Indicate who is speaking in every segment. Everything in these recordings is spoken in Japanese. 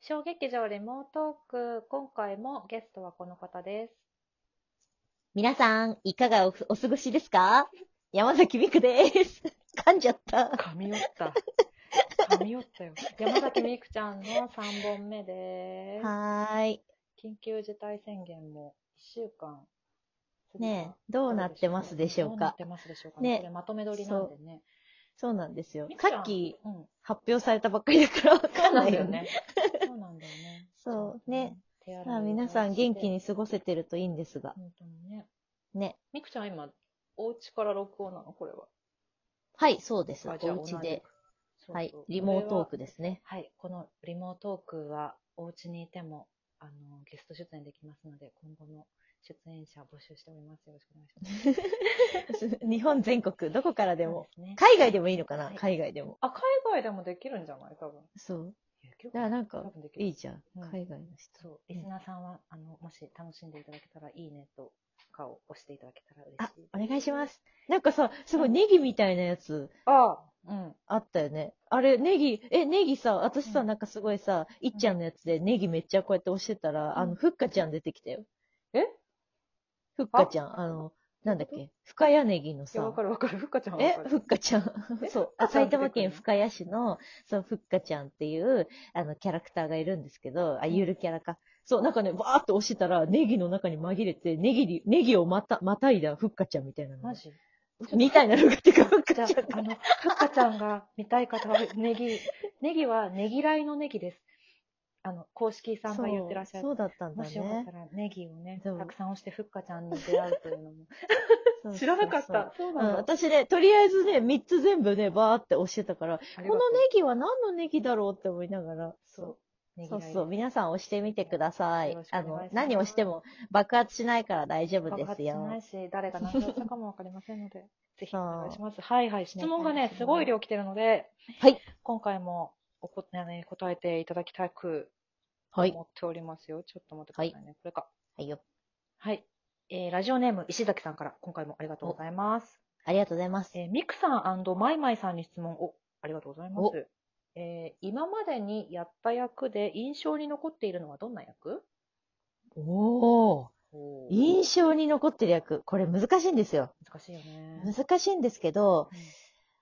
Speaker 1: 小劇場レモートーク、今回もゲストはこの方です。
Speaker 2: 皆さん、いかがおお過ごしですか山崎美久です。 噛んじゃった。
Speaker 1: 噛み寄 った。噛み寄ったよ。山崎みくちゃんの3本目です。
Speaker 2: はーい。
Speaker 1: 緊急事態宣言も1週間過ぎた。
Speaker 2: ねえ、どうなってますでしょう
Speaker 1: どうな
Speaker 2: か
Speaker 1: ってますでしょうかね。
Speaker 2: ねえ
Speaker 1: これまとめ撮りなんでね。
Speaker 2: そうなんですよ
Speaker 1: み。くちゃん
Speaker 2: さっき
Speaker 1: うん。
Speaker 2: 発表されたばっかりだからわかんないよね。。
Speaker 1: そうなんだよね。
Speaker 2: そうね。
Speaker 1: 手洗い
Speaker 2: まあ皆さん元気。に過ごせてるといいんですが。
Speaker 1: 本当にね。
Speaker 2: ね。
Speaker 1: みくちゃん今、お家から録音なのこれは。
Speaker 2: はい、そうです。お
Speaker 1: あじゃあ同じ
Speaker 2: 家で。
Speaker 1: そうそう
Speaker 2: はい。リモートー
Speaker 1: これは
Speaker 2: クですね。
Speaker 1: はい。このリモートークは、お家にいても、あの、ゲスト出演できますので、今後の出演者募集しております。よろしくお願いします。
Speaker 2: 日本全国、どこからでも。
Speaker 1: そうですね
Speaker 2: 海外でもいいのかな
Speaker 1: はい
Speaker 2: 海外でも。
Speaker 1: あ、海外でもできるんじゃない多分。
Speaker 2: そう。
Speaker 1: いや結構
Speaker 2: だからなんか
Speaker 1: 多分で、きる
Speaker 2: いいじゃん
Speaker 1: うん。
Speaker 2: 海外の人。
Speaker 1: そう。リスナーさんは、あの、もし楽しんでいただけたら、いいねとかを押していただけたら嬉
Speaker 2: あ
Speaker 1: しいです。、
Speaker 2: お願いします。なんかさ、すごいネギみたいなやつ。
Speaker 1: ああ、うん。
Speaker 2: あったよね。あれ、ネギ、え、ネギさ、私さ、
Speaker 1: うん
Speaker 2: なんかすごいさ、いっちゃんのやつでネギめっちゃこうやって押してたら、あ
Speaker 1: うん
Speaker 2: の、ふっかちゃん出てきたよ。
Speaker 1: え
Speaker 2: ふっかちゃん、あの、なんだっけ、深谷ネギの
Speaker 1: いや、わ
Speaker 2: さ
Speaker 1: か、るわかる。ふっかちゃんはわ
Speaker 2: え
Speaker 1: か、る。
Speaker 2: ふっかちゃん
Speaker 1: え。
Speaker 2: そう
Speaker 1: ふっか
Speaker 2: あ、
Speaker 1: ちゃん
Speaker 2: 埼玉県
Speaker 1: 出て
Speaker 2: 深谷市の、そう、ふっかちゃんっていう、あの、キャラクターがいるんですけど、あ、ゆるキャラか。そう、なんかね、わーっと押してたら、ネギの中に紛れて、ネギに、ネギをまた、またいだふっかちゃんみたいなのが
Speaker 1: マ。ジ
Speaker 2: みたいなのがってか、ふっか
Speaker 1: じ
Speaker 2: ち
Speaker 1: ゃ
Speaker 2: ゃ
Speaker 1: ああ
Speaker 2: ん、が。
Speaker 1: の、ふっかちゃんが見たい方は、ネ ギ、ネギはネギらいのネギです。あの、公式さんが言ってらっしゃる。
Speaker 2: そうそうだったんだ
Speaker 1: も
Speaker 2: ね。
Speaker 1: しよかったら、ネギをね、
Speaker 2: そう
Speaker 1: たくさん押してふっかちゃんに出会うというのも。
Speaker 2: そう
Speaker 1: 知らなかっ
Speaker 2: そう
Speaker 1: た。そう
Speaker 2: そう。うん、
Speaker 1: なんだ。
Speaker 2: 私ね、とりあえずね、3つ全部ね、バーって押してたから、
Speaker 1: あ
Speaker 2: こ
Speaker 1: り
Speaker 2: の
Speaker 1: が
Speaker 2: ネ
Speaker 1: とう、
Speaker 2: ギは何のネギだろうって思いながら。
Speaker 1: そう。ネギ
Speaker 2: そ
Speaker 1: ら
Speaker 2: う
Speaker 1: いです
Speaker 2: そう。皆さん押してみてください。
Speaker 1: よろしくお
Speaker 2: あ
Speaker 1: 願いします
Speaker 2: の、何をしても爆発しないから大丈夫
Speaker 1: 爆
Speaker 2: で
Speaker 1: 発
Speaker 2: す
Speaker 1: しない
Speaker 2: よ。
Speaker 1: し、誰が何をしたかもわかりませんの で、ぜひ
Speaker 2: そう
Speaker 1: お願いします。はいはい。質問が
Speaker 2: お願い
Speaker 1: ね
Speaker 2: しま、す
Speaker 1: すごい量来てるので、
Speaker 2: はい。
Speaker 1: 今回もおこ、あの答えていただきたく
Speaker 2: はい。
Speaker 1: 思っておりますよ。ちょっと待ってくださいね。これか。
Speaker 2: はいよ。
Speaker 1: はい。えーラジオネーム、石崎さんから、今回もありがとうございます。
Speaker 2: ありがとうございます。
Speaker 1: えーミクさんマイマイさんに質問を、ありがとうございます。えー今までにやった役で印象に残っているのはどんな役
Speaker 2: おー。印象に残ってる役。これ難しいんですよ。
Speaker 1: 難しいよね。
Speaker 2: 難しいんですけど、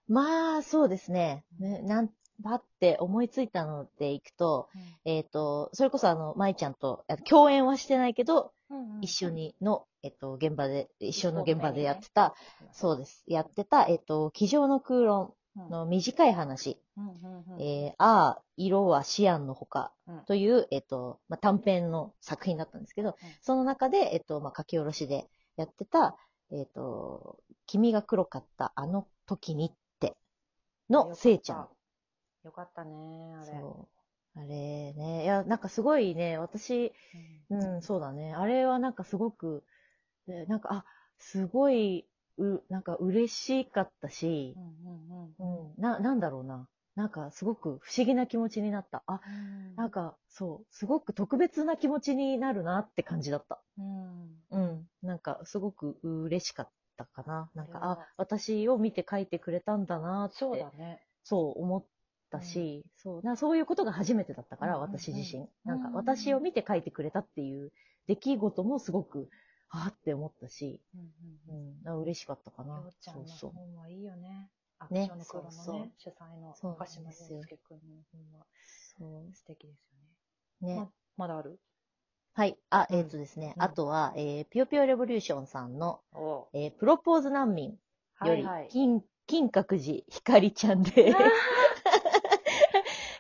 Speaker 2: まあ、そうですね。ねなん、ばって思いついたのでいくと、えっ、と、それこそあの、舞ちゃんと、あ共演はしてないけど、
Speaker 1: うん
Speaker 2: 一緒。にの、えっ、と、現場で、一緒の現場でやって
Speaker 1: そう
Speaker 2: た、
Speaker 1: ね
Speaker 2: そうです。やってた、えっ、と、机上の空論
Speaker 1: うん
Speaker 2: の短い話、
Speaker 1: うんうんうん
Speaker 2: えー、ああ、色はシアンのほか
Speaker 1: うん
Speaker 2: という、えっ、と、まあ、短編の作品だったんですけど、その中で、えっ、と、まあ、書き下ろしでやってた、えっ、と、君が黒かったあの時にって、の、せいちゃん。。
Speaker 1: よかったよかったね、あれ。
Speaker 2: そう。あれね、いや、なんかすごいね、私、うん、そうだね。あれはなんかすごく、えーなんか、あ、すごい、う、なんか嬉しかったし
Speaker 1: う、んうんうん
Speaker 2: うん、な、なんだろうな。なんかすごく不思議な気持ちになった。あ、
Speaker 1: うん
Speaker 2: なんか、そう、すごく特別な気持ちになるなって感じだった。
Speaker 1: うん
Speaker 2: うん。なんか、すごく嬉しかったかな。なんか、
Speaker 1: あれは
Speaker 2: あ、私を見て書いてくれたんだなって、
Speaker 1: そうだね。
Speaker 2: そう思ったし、そう、なそういうことが初めてだったから、
Speaker 1: うんうんうん
Speaker 2: 私自身。なん
Speaker 1: う
Speaker 2: か
Speaker 1: ん、うん
Speaker 2: 私を見て書いてくれたっていう出来事もすごく、あーって思ったし、
Speaker 1: うんう
Speaker 2: うん
Speaker 1: うん
Speaker 2: ん、な嬉しかったか
Speaker 1: よ
Speaker 2: な
Speaker 1: う。ちゃ
Speaker 2: そ
Speaker 1: んの
Speaker 2: うそう。
Speaker 1: 本はいいよね。アクシ
Speaker 2: ね
Speaker 1: ョンの頃の
Speaker 2: そうそう
Speaker 1: ね、主催の
Speaker 2: そうなん
Speaker 1: 鹿島
Speaker 2: ですよ
Speaker 1: 祐介君の本は
Speaker 2: そ
Speaker 1: 素敵ですよね。
Speaker 2: うね。
Speaker 1: まだある
Speaker 2: はい。あ、
Speaker 1: うん
Speaker 2: えっ、とですね、
Speaker 1: うん
Speaker 2: あとは、えー、ピヨピヨレボリューションさんの、
Speaker 1: お
Speaker 2: えー、プロポーズ難民より、
Speaker 1: はいは い。
Speaker 2: 金、金閣寺ひかりちゃんで、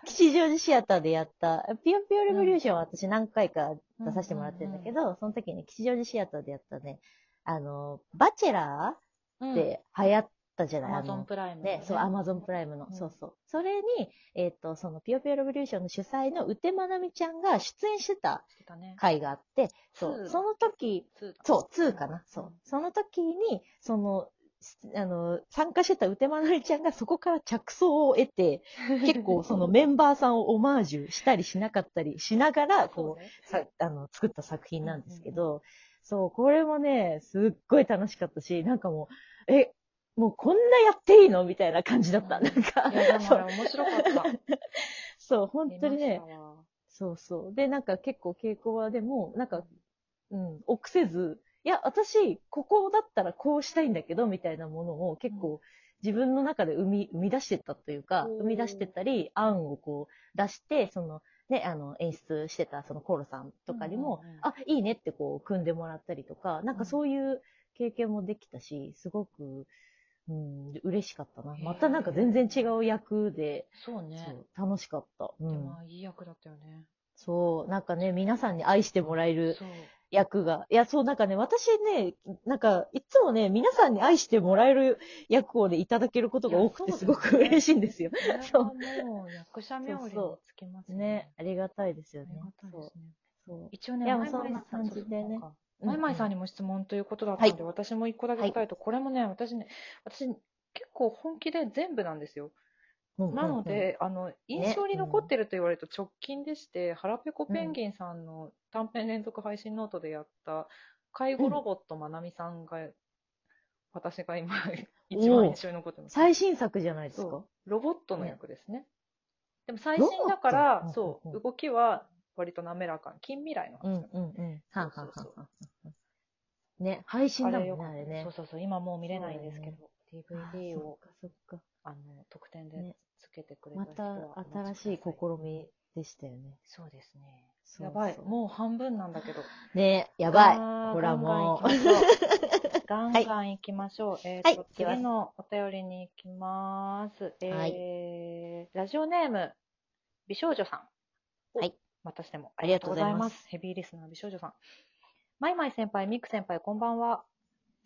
Speaker 2: 吉祥寺シアターでやった、ピヨピヨレボリューションは私何回か出させてもらってるんだけど、その時に吉祥寺シアターでやったね、あの、バチェラ
Speaker 1: うん、う
Speaker 2: ーっ
Speaker 1: ん、
Speaker 2: て流行ったじゃない、あ
Speaker 1: アマゾン
Speaker 2: の、
Speaker 1: プライムの
Speaker 2: ね、そう、アマゾンプラ
Speaker 1: イ
Speaker 2: イムの、
Speaker 1: うん
Speaker 2: そうそう。それに、えっ、と、その、ピヨピヨレボリューションの主催のうてまなみちゃんが出演してた
Speaker 1: ム。してたね。
Speaker 2: 回があって、そ
Speaker 1: ツー
Speaker 2: う、その時、
Speaker 1: ツーだ
Speaker 2: そう、2かな、そう。その時に、その、しあの、参加してたうてまなみちゃんがそこから着想を得 て、結構そのメンバーさんをオマージュしたりしなかったりしながら、こう、
Speaker 1: そうね
Speaker 2: さあの作った作品なんですけど、そう、これもね、すっごい楽しかったし、なんかもう、え、もうこんなやっていいのみたいな感じだった。
Speaker 1: うん
Speaker 2: なんか
Speaker 1: いや、で、も
Speaker 2: そ
Speaker 1: あ
Speaker 2: う、
Speaker 1: れ面白かった。
Speaker 2: そう、本当に
Speaker 1: 見
Speaker 2: ね
Speaker 1: ま、し
Speaker 2: そうそう。で、なんか結構稽古場でも、なんか、うん、臆せず、いや、私、ここだったらこうしたいんだけど、みたいなものを結構自分の中で生み、生み出してったというか、
Speaker 1: おー
Speaker 2: 生み出してたり、案をこう出して、その、ね、あの、演出してたそのコロさんとかにも、
Speaker 1: うんうんうん
Speaker 2: あ、いいねってこう、組んでもらったりとか、なんかそういう経験もできたし、すごく、うん、嬉しかったな。またなんか全然違う役で、
Speaker 1: そうね。
Speaker 2: そう楽しかった。う
Speaker 1: で
Speaker 2: ん
Speaker 1: も、いい役だったよね。
Speaker 2: そう、なんかね、皆さんに愛してもらえる
Speaker 1: そう。
Speaker 2: 役が。いや、そう、なんかね、私ね、なんか、いつもね、皆さんに愛してもらえる役をね、いただけることが多く
Speaker 1: い
Speaker 2: て、
Speaker 1: や
Speaker 2: す
Speaker 1: そうだ
Speaker 2: ご
Speaker 1: よね
Speaker 2: く嬉しいんですよ。
Speaker 1: それ
Speaker 2: そう
Speaker 1: はもう、役者冥利につきますよ
Speaker 2: ね
Speaker 1: ね。、
Speaker 2: ありがたいです
Speaker 1: あ
Speaker 2: よ
Speaker 1: り
Speaker 2: ね。
Speaker 1: がたいですね。
Speaker 2: そう。
Speaker 1: 一応ね、
Speaker 2: いや
Speaker 1: マイマイさ
Speaker 2: そんな感じでね
Speaker 1: そうそうそう
Speaker 2: そう
Speaker 1: マイマイさん
Speaker 2: に。
Speaker 1: にも質問ということだったので、私も一個だけ答えと、これもね、私ね、私、結構本気で全部なんですよ。
Speaker 2: うんうん
Speaker 1: なの、で、あの、印象に残ってると言われると直近でして、腹ペコペンギンさんの短編連続配信ノートでやった、介護ロボットまなみさんが、私が今、一番印象に残ってます。
Speaker 2: 最新作じゃないですか。
Speaker 1: そロボットの役ですね。でも最
Speaker 2: ロ
Speaker 1: 新
Speaker 2: ボット
Speaker 1: だから
Speaker 2: うん、
Speaker 1: そ
Speaker 2: うんう
Speaker 1: う、
Speaker 2: ん
Speaker 1: 動きは割と滑らかに。近未来の
Speaker 2: うん
Speaker 1: 話だ
Speaker 2: うんうん。はんはんはん
Speaker 1: そうそう
Speaker 2: はんはん。ね、配信だもんね、
Speaker 1: か
Speaker 2: あ
Speaker 1: った
Speaker 2: れね
Speaker 1: そう。そうそう、今もう見れないんですけど、
Speaker 2: あー
Speaker 1: DVD を
Speaker 2: そっかそっか。
Speaker 1: あの特典で
Speaker 2: ね
Speaker 1: つけてくれた
Speaker 2: ま
Speaker 1: 人
Speaker 2: た
Speaker 1: はお待ちくださ
Speaker 2: 新しい試みでしたよね。
Speaker 1: そうですね。
Speaker 2: そう
Speaker 1: やばい、
Speaker 2: そう
Speaker 1: もう半分なんだけど。
Speaker 2: ね、やばい
Speaker 1: あ。ー
Speaker 2: ほらもう。。
Speaker 1: ガンガン行きましょうガンガン行きましょう。えー
Speaker 2: はい
Speaker 1: と、
Speaker 2: 行きます
Speaker 1: 次のお便りに行きます。えー
Speaker 2: は
Speaker 1: ラジオネーム、美少女さん。
Speaker 2: はい。
Speaker 1: またしても
Speaker 2: ありがとうございます
Speaker 1: ヘビーリスナー美少女さん。マイマイ先輩、ミク先輩、こんばんは。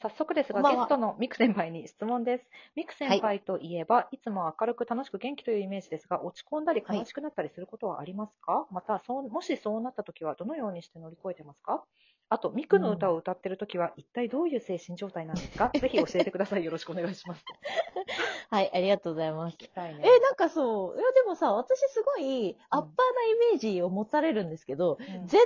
Speaker 1: 早速ですが、
Speaker 2: こんば
Speaker 1: ゲ
Speaker 2: んは
Speaker 1: ストのミク先輩に質問です。ミク先輩といえば、い、つも明るく楽しく元気というイメージですが、落ち込んだり
Speaker 2: はい
Speaker 1: 悲しくなったりすることはありますか、またそう、もしそうなった時はどのようにして乗り越えてますかあと、ミクの歌を歌ってる時は、一体どういう精神状態なんです かぜひ教えてください。よろしくお願いします。
Speaker 2: はい、ありがとうございます。
Speaker 1: 聞きたいね
Speaker 2: え、なんかそう、いやでもさ、私すごいアッパーなイメージを持たれるんですけど、
Speaker 1: うん
Speaker 2: 全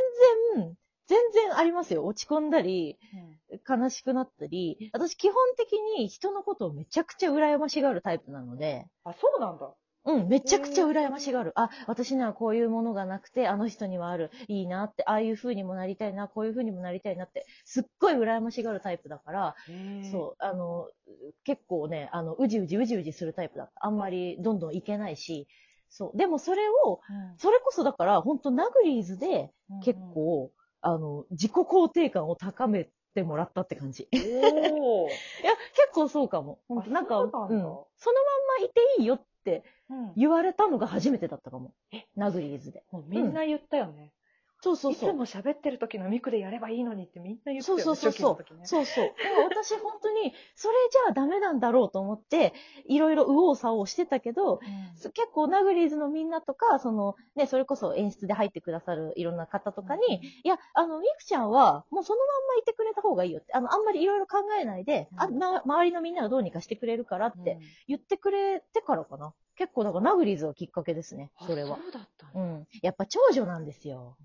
Speaker 2: 然、全然ありますよ。落ち込んだり、
Speaker 1: うん
Speaker 2: 悲しくなったり、私基本的に人のことをめちゃくちゃ羨ましがるタイプなので、
Speaker 1: あ、そうなんだ。
Speaker 2: うん、めちゃくちゃ羨ましがる。あ、私にはこういうものがなくて、あの人にはある。いいなって、ああいう風にもなりたいな、こういう風にもなりたいなって、すっごい羨ましがるタイプだから、そう、あの、結構ね、あの、うじうじうじうじするタイプだった。あんまりどんどんいけないし、そう。でもそれを、
Speaker 1: うん。
Speaker 2: それこそだから、本当ナグリーズで
Speaker 1: うん
Speaker 2: 結。構、あの、自己肯定感を高めてもらったって感じ。いや、結
Speaker 1: おー。
Speaker 2: 構そうかも。本当
Speaker 1: あ
Speaker 2: なんか、。
Speaker 1: そううん
Speaker 2: そ
Speaker 1: なんだ
Speaker 2: のまんまいていいよって
Speaker 1: うん
Speaker 2: 言われたのが初めてだったかも
Speaker 1: え。
Speaker 2: ナグリーズで。
Speaker 1: もうみんな言ったよね。
Speaker 2: そうそうそう。
Speaker 1: いつも喋ってる時のミクでやればいいのにってみんな言ってたよ
Speaker 2: そう
Speaker 1: ね。
Speaker 2: そうそうそう
Speaker 1: 初期の時。ね
Speaker 2: そうそう。でも私本当に、それじゃあダメなんだろうと思って、いろいろ右往左往してたけど、結構ナグリーズのみんなとか、そのね、それこそ演出で入ってくださるいろんな方とかに、いや、あの、ミクちゃんは、もうそのまんまいてくれた方がいいよって、あの、あんまりいろいろ考えないで、あ
Speaker 1: うん
Speaker 2: な周りのみんながどうにかしてくれるから
Speaker 1: うん
Speaker 2: って、言ってくれてからかな。結構だからナグリーズがきっかけですね、
Speaker 1: うん
Speaker 2: それは
Speaker 1: あ。そうだった
Speaker 2: う
Speaker 1: ね。
Speaker 2: ん。やっぱ長女なんですよ。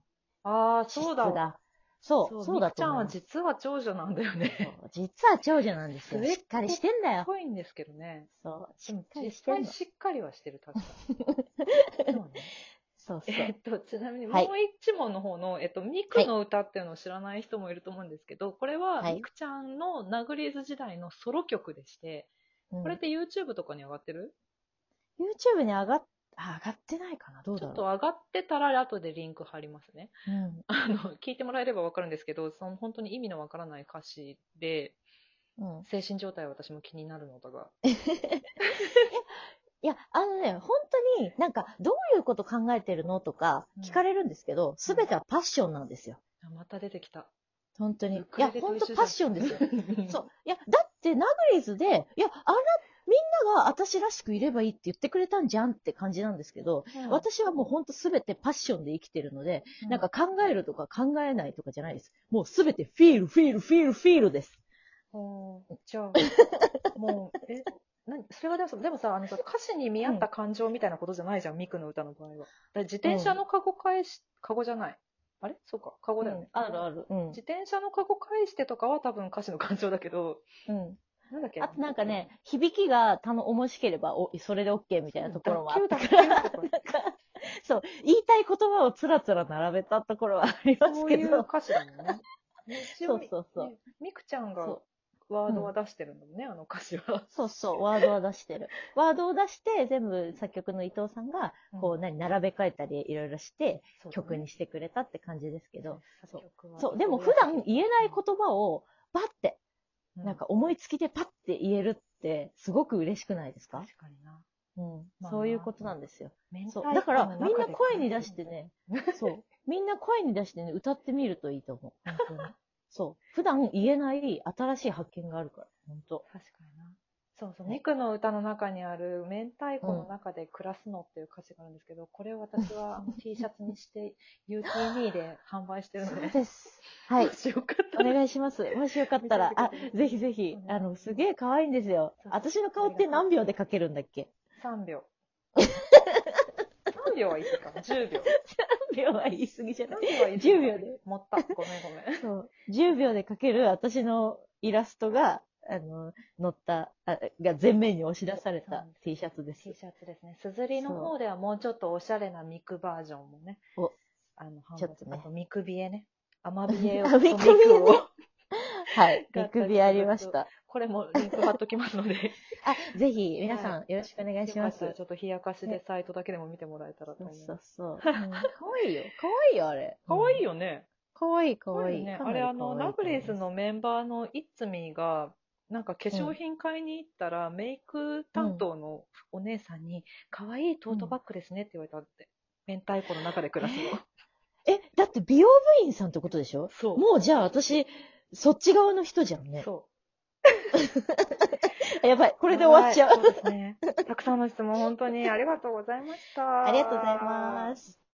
Speaker 1: ああ、そうだ
Speaker 2: 資質
Speaker 1: わ。
Speaker 2: が。そう、そうだ
Speaker 1: ミクち
Speaker 2: と
Speaker 1: ゃん
Speaker 2: 思い
Speaker 1: は
Speaker 2: ます。
Speaker 1: 実は長女なんだよね。
Speaker 2: そう実は長女なんですよ。
Speaker 1: 末っ子
Speaker 2: しっかりしてんだ
Speaker 1: す
Speaker 2: よ。
Speaker 1: ごいんですけどね。
Speaker 2: そう、し
Speaker 1: でも
Speaker 2: っかり
Speaker 1: 実
Speaker 2: してん
Speaker 1: 際
Speaker 2: の。
Speaker 1: しっかりはしてる、確か に。そうね
Speaker 2: そう そ
Speaker 1: え
Speaker 2: う
Speaker 1: っ。と、ちなみにもう
Speaker 2: はい
Speaker 1: 一問の方の、えっと、ミクの歌っていうのを知らない人もいると思うんですけど、これは
Speaker 2: はい
Speaker 1: ミクちゃんのナグリーズ時代のソロ曲でして、
Speaker 2: うん
Speaker 1: これって YouTube とかに上がってる
Speaker 2: YouTube に上がっ、あ上がってないかなどう
Speaker 1: ちょ
Speaker 2: だろ
Speaker 1: っ
Speaker 2: う。
Speaker 1: と上がってたら後でリンク貼りますね。
Speaker 2: うん
Speaker 1: あの、聞いてもらえればわかるんですけど、その本当に意味のわからない歌詞で、
Speaker 2: うん、
Speaker 1: 精神状態は私も気になるのだが。
Speaker 2: いや、あのね、本当になんか、どういうこと考えてるのとか
Speaker 1: うん
Speaker 2: 聞かれるんですけど、すべ、てはパッションなんですよ。
Speaker 1: あまた出てきた。
Speaker 2: 本当に。い
Speaker 1: ウクレ
Speaker 2: や、
Speaker 1: レと
Speaker 2: 本
Speaker 1: 一緒じ
Speaker 2: 当
Speaker 1: ゃん。
Speaker 2: パッションですよ。そう う。いや、だってナグリーズで、いや、あら、みんなが私らしくいればいいって言ってくれたんじゃんって感じなんですけど、私はもう本当すべてパッションで生きてるので、なんか、考えるとか考えないとかじゃないです。もうすべてフィール、フィール、フィール、フィールです。
Speaker 1: ほうじゃあ、もう、え、何それはでもさでもさ、あのさ歌詞に見合った感情みたいなことじゃないじゃん、ミクの歌の場合は。だから自転車のカゴ返し、カゴじゃない。あれそうか、カゴだよね。
Speaker 2: あるある。うん
Speaker 1: 自。転車のカゴ返してとかは多分歌詞の感情だけど、
Speaker 2: うん。
Speaker 1: なんだっけ
Speaker 2: あとなんかね、、響きがたの面しければお、それで OK みたいなところもあった
Speaker 1: 卓球
Speaker 2: か
Speaker 1: 卓球と
Speaker 2: ら、
Speaker 1: か
Speaker 2: そう、言いたい言葉をつらつら並べたところはあります
Speaker 1: そう
Speaker 2: け
Speaker 1: いう
Speaker 2: ど、
Speaker 1: 歌詞だもん ね。一
Speaker 2: そ
Speaker 1: 応
Speaker 2: うそうそう。
Speaker 1: ねみくちゃんが
Speaker 2: そう
Speaker 1: ワードは出してるんだもんね、あの歌詞は。
Speaker 2: そうそう、ワードは出し てる。ワードを出して、全部作曲の伊藤さんが、 こう、何、並べ替えたり、いろいろして、
Speaker 1: そうだね
Speaker 2: 曲にしてくれたって感じですけど、
Speaker 1: 作曲は
Speaker 2: そう、でも普段言えない言葉を、バッて、なんか、思いつきでパッて言えるって、すごく嬉しくないです
Speaker 1: う
Speaker 2: か
Speaker 1: ん確かにな。
Speaker 2: うん。
Speaker 1: まあ
Speaker 2: そういうことなんですよ。
Speaker 1: 明
Speaker 2: そう
Speaker 1: 太。子
Speaker 2: だから、
Speaker 1: の中
Speaker 2: みんな
Speaker 1: で
Speaker 2: 声に出して。ね、そう。みんな声に出してね、歌ってみるといいと思う。本当に。そう。普段言えない新しい発見があるから、本当。
Speaker 1: 確かにな。そうそう、
Speaker 2: ね
Speaker 1: ミクの歌の中にある、明太子の中で暮らすのっていう歌詞があるんですけど、これを私は あの T シャツにして、UTV で販売してるの
Speaker 2: そ
Speaker 1: で、
Speaker 2: うです。はい
Speaker 1: も。しよかった
Speaker 2: お
Speaker 1: ら。
Speaker 2: 願いします。もしよかったら、あ、ぜひぜひ
Speaker 1: う、ん
Speaker 2: あの、すげえ可愛いんですよ。
Speaker 1: そう
Speaker 2: 私の顔って何秒で描けるんだっけ
Speaker 1: 3秒。3秒はいいかも。10秒。
Speaker 2: ?3 秒は言い過ぎじゃない
Speaker 1: 3秒はいい
Speaker 2: 10秒で。
Speaker 1: 持った。ごめんごめん。
Speaker 2: そう。10秒で描ける私のイラストが、あの、載った、あが前面に押し出され
Speaker 1: そうな
Speaker 2: た
Speaker 1: んで
Speaker 2: T シャツです。
Speaker 1: T シャツですね。すずりの方ではもうちょっとおしゃれなミクバージョンもね。
Speaker 2: お
Speaker 1: あの、販売
Speaker 2: ちょっとね
Speaker 1: あと、ミクビエね。甘ビエを。
Speaker 2: あミクビエね
Speaker 1: とミクを
Speaker 2: はい。見くびありました。
Speaker 1: これもリンク貼っときますので。
Speaker 2: あ、ぜひ、皆さん、よろしくお願いしま
Speaker 1: よかったら
Speaker 2: す。
Speaker 1: ちょっと冷やかしでサイトだけでも見てもらえたらと
Speaker 2: そ
Speaker 1: 思
Speaker 2: う
Speaker 1: い
Speaker 2: そ
Speaker 1: ます。
Speaker 2: うそう。可愛いよ。可愛いよ、あ れ。
Speaker 1: かわいいよ
Speaker 2: よ。
Speaker 1: ね。
Speaker 2: 可愛い、可
Speaker 1: かわい
Speaker 2: 愛
Speaker 1: い
Speaker 2: い。
Speaker 1: ね。
Speaker 2: か
Speaker 1: あ
Speaker 2: なり
Speaker 1: れ、
Speaker 2: 可愛
Speaker 1: あ
Speaker 2: いと
Speaker 1: の、
Speaker 2: 思い
Speaker 1: ラブレーズ
Speaker 2: ます。
Speaker 1: のメンバーのイッツミーが、なんか化粧品買いに行ったら、メイク担当のお姉さんに、かわいいトートバッグですねって言われたって。明太子の中で暮らすの。
Speaker 2: え、だって美容部員さんってことでしょ
Speaker 1: そう。
Speaker 2: もうじゃあ私、そっち側の人じゃんね。
Speaker 1: そう。
Speaker 2: やばい、これで終わっちゃう。
Speaker 1: はいそうですね。たくさんの質問本当にありがとうございました。
Speaker 2: ありがとうございます。